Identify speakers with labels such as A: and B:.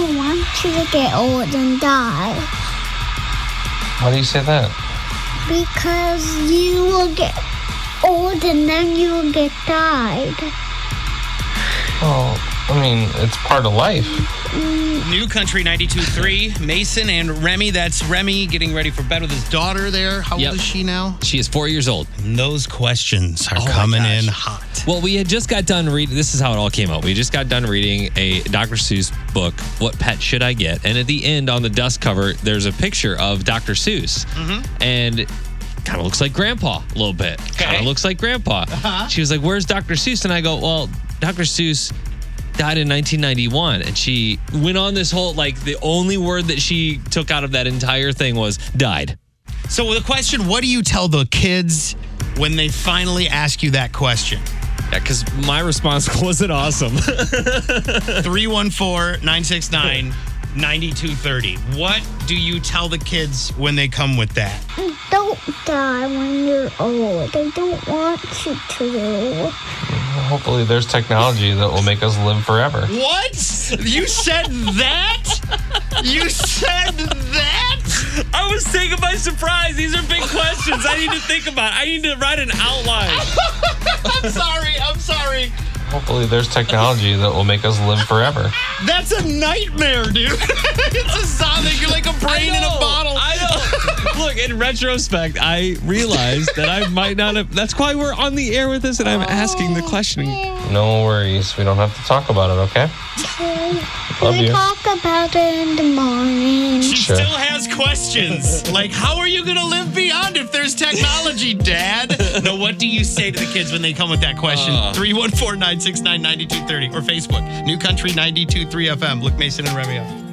A: should I get old and die?
B: Why do you say that?
A: Because you will get old and then you will get died.
B: Well, I mean, it's part of life.
C: New Country 92.3, Mason and Remy. That's Remy getting ready for bed with his daughter there. How
D: Yep.
C: old is she now?
D: She is four years old.
C: And those questions are
D: my
C: coming
D: gosh.
C: in hot.
D: Well, we had just got done reading. This is how it all came out. We just got done reading a Dr. Seuss book, What Pet Should I Get? And at the end on the dust cover, there's a picture of Dr. Seuss. And kind of looks like grandpa a little bit. Kind of looks like grandpa. She was like, Where's Dr. Seuss? And I go, Well, Dr. Seuss died in 1991 and she went on this whole like the only word that she took out of that entire thing was died
C: So the question, what do you tell the kids when they finally ask you that question?
D: yeah because my response wasn't awesome
C: 314-969-9230. What do you tell the kids when they come with that?
A: Don't die when you're old. I don't want you to.
B: Hopefully, there's technology that will make us live forever.
C: What? You said that? You said that?
D: I was taken by surprise. These are big questions. I need to think about. I need to write an outline.
C: I'm sorry. I'm sorry.
B: Hopefully, there's technology that will make us live forever.
C: That's a nightmare, dude. it's a zombie. You're like a brain in a bottle.
D: I know. Look, in retrospect, I realized that I might not have. That's why we're on the air with this, and I'm asking the question.
B: No worries. We don't have to talk about it, okay? Love
A: we
B: you.
A: talk about it in the morning.
C: she
B: Sure.
C: still has questions. like, how are you going to live beyond if there's technology, Dad? no, what do you say to the kids when they come with that question? 314 969 9230 or Facebook, New Country 923 FM. Look Mason and Remy up.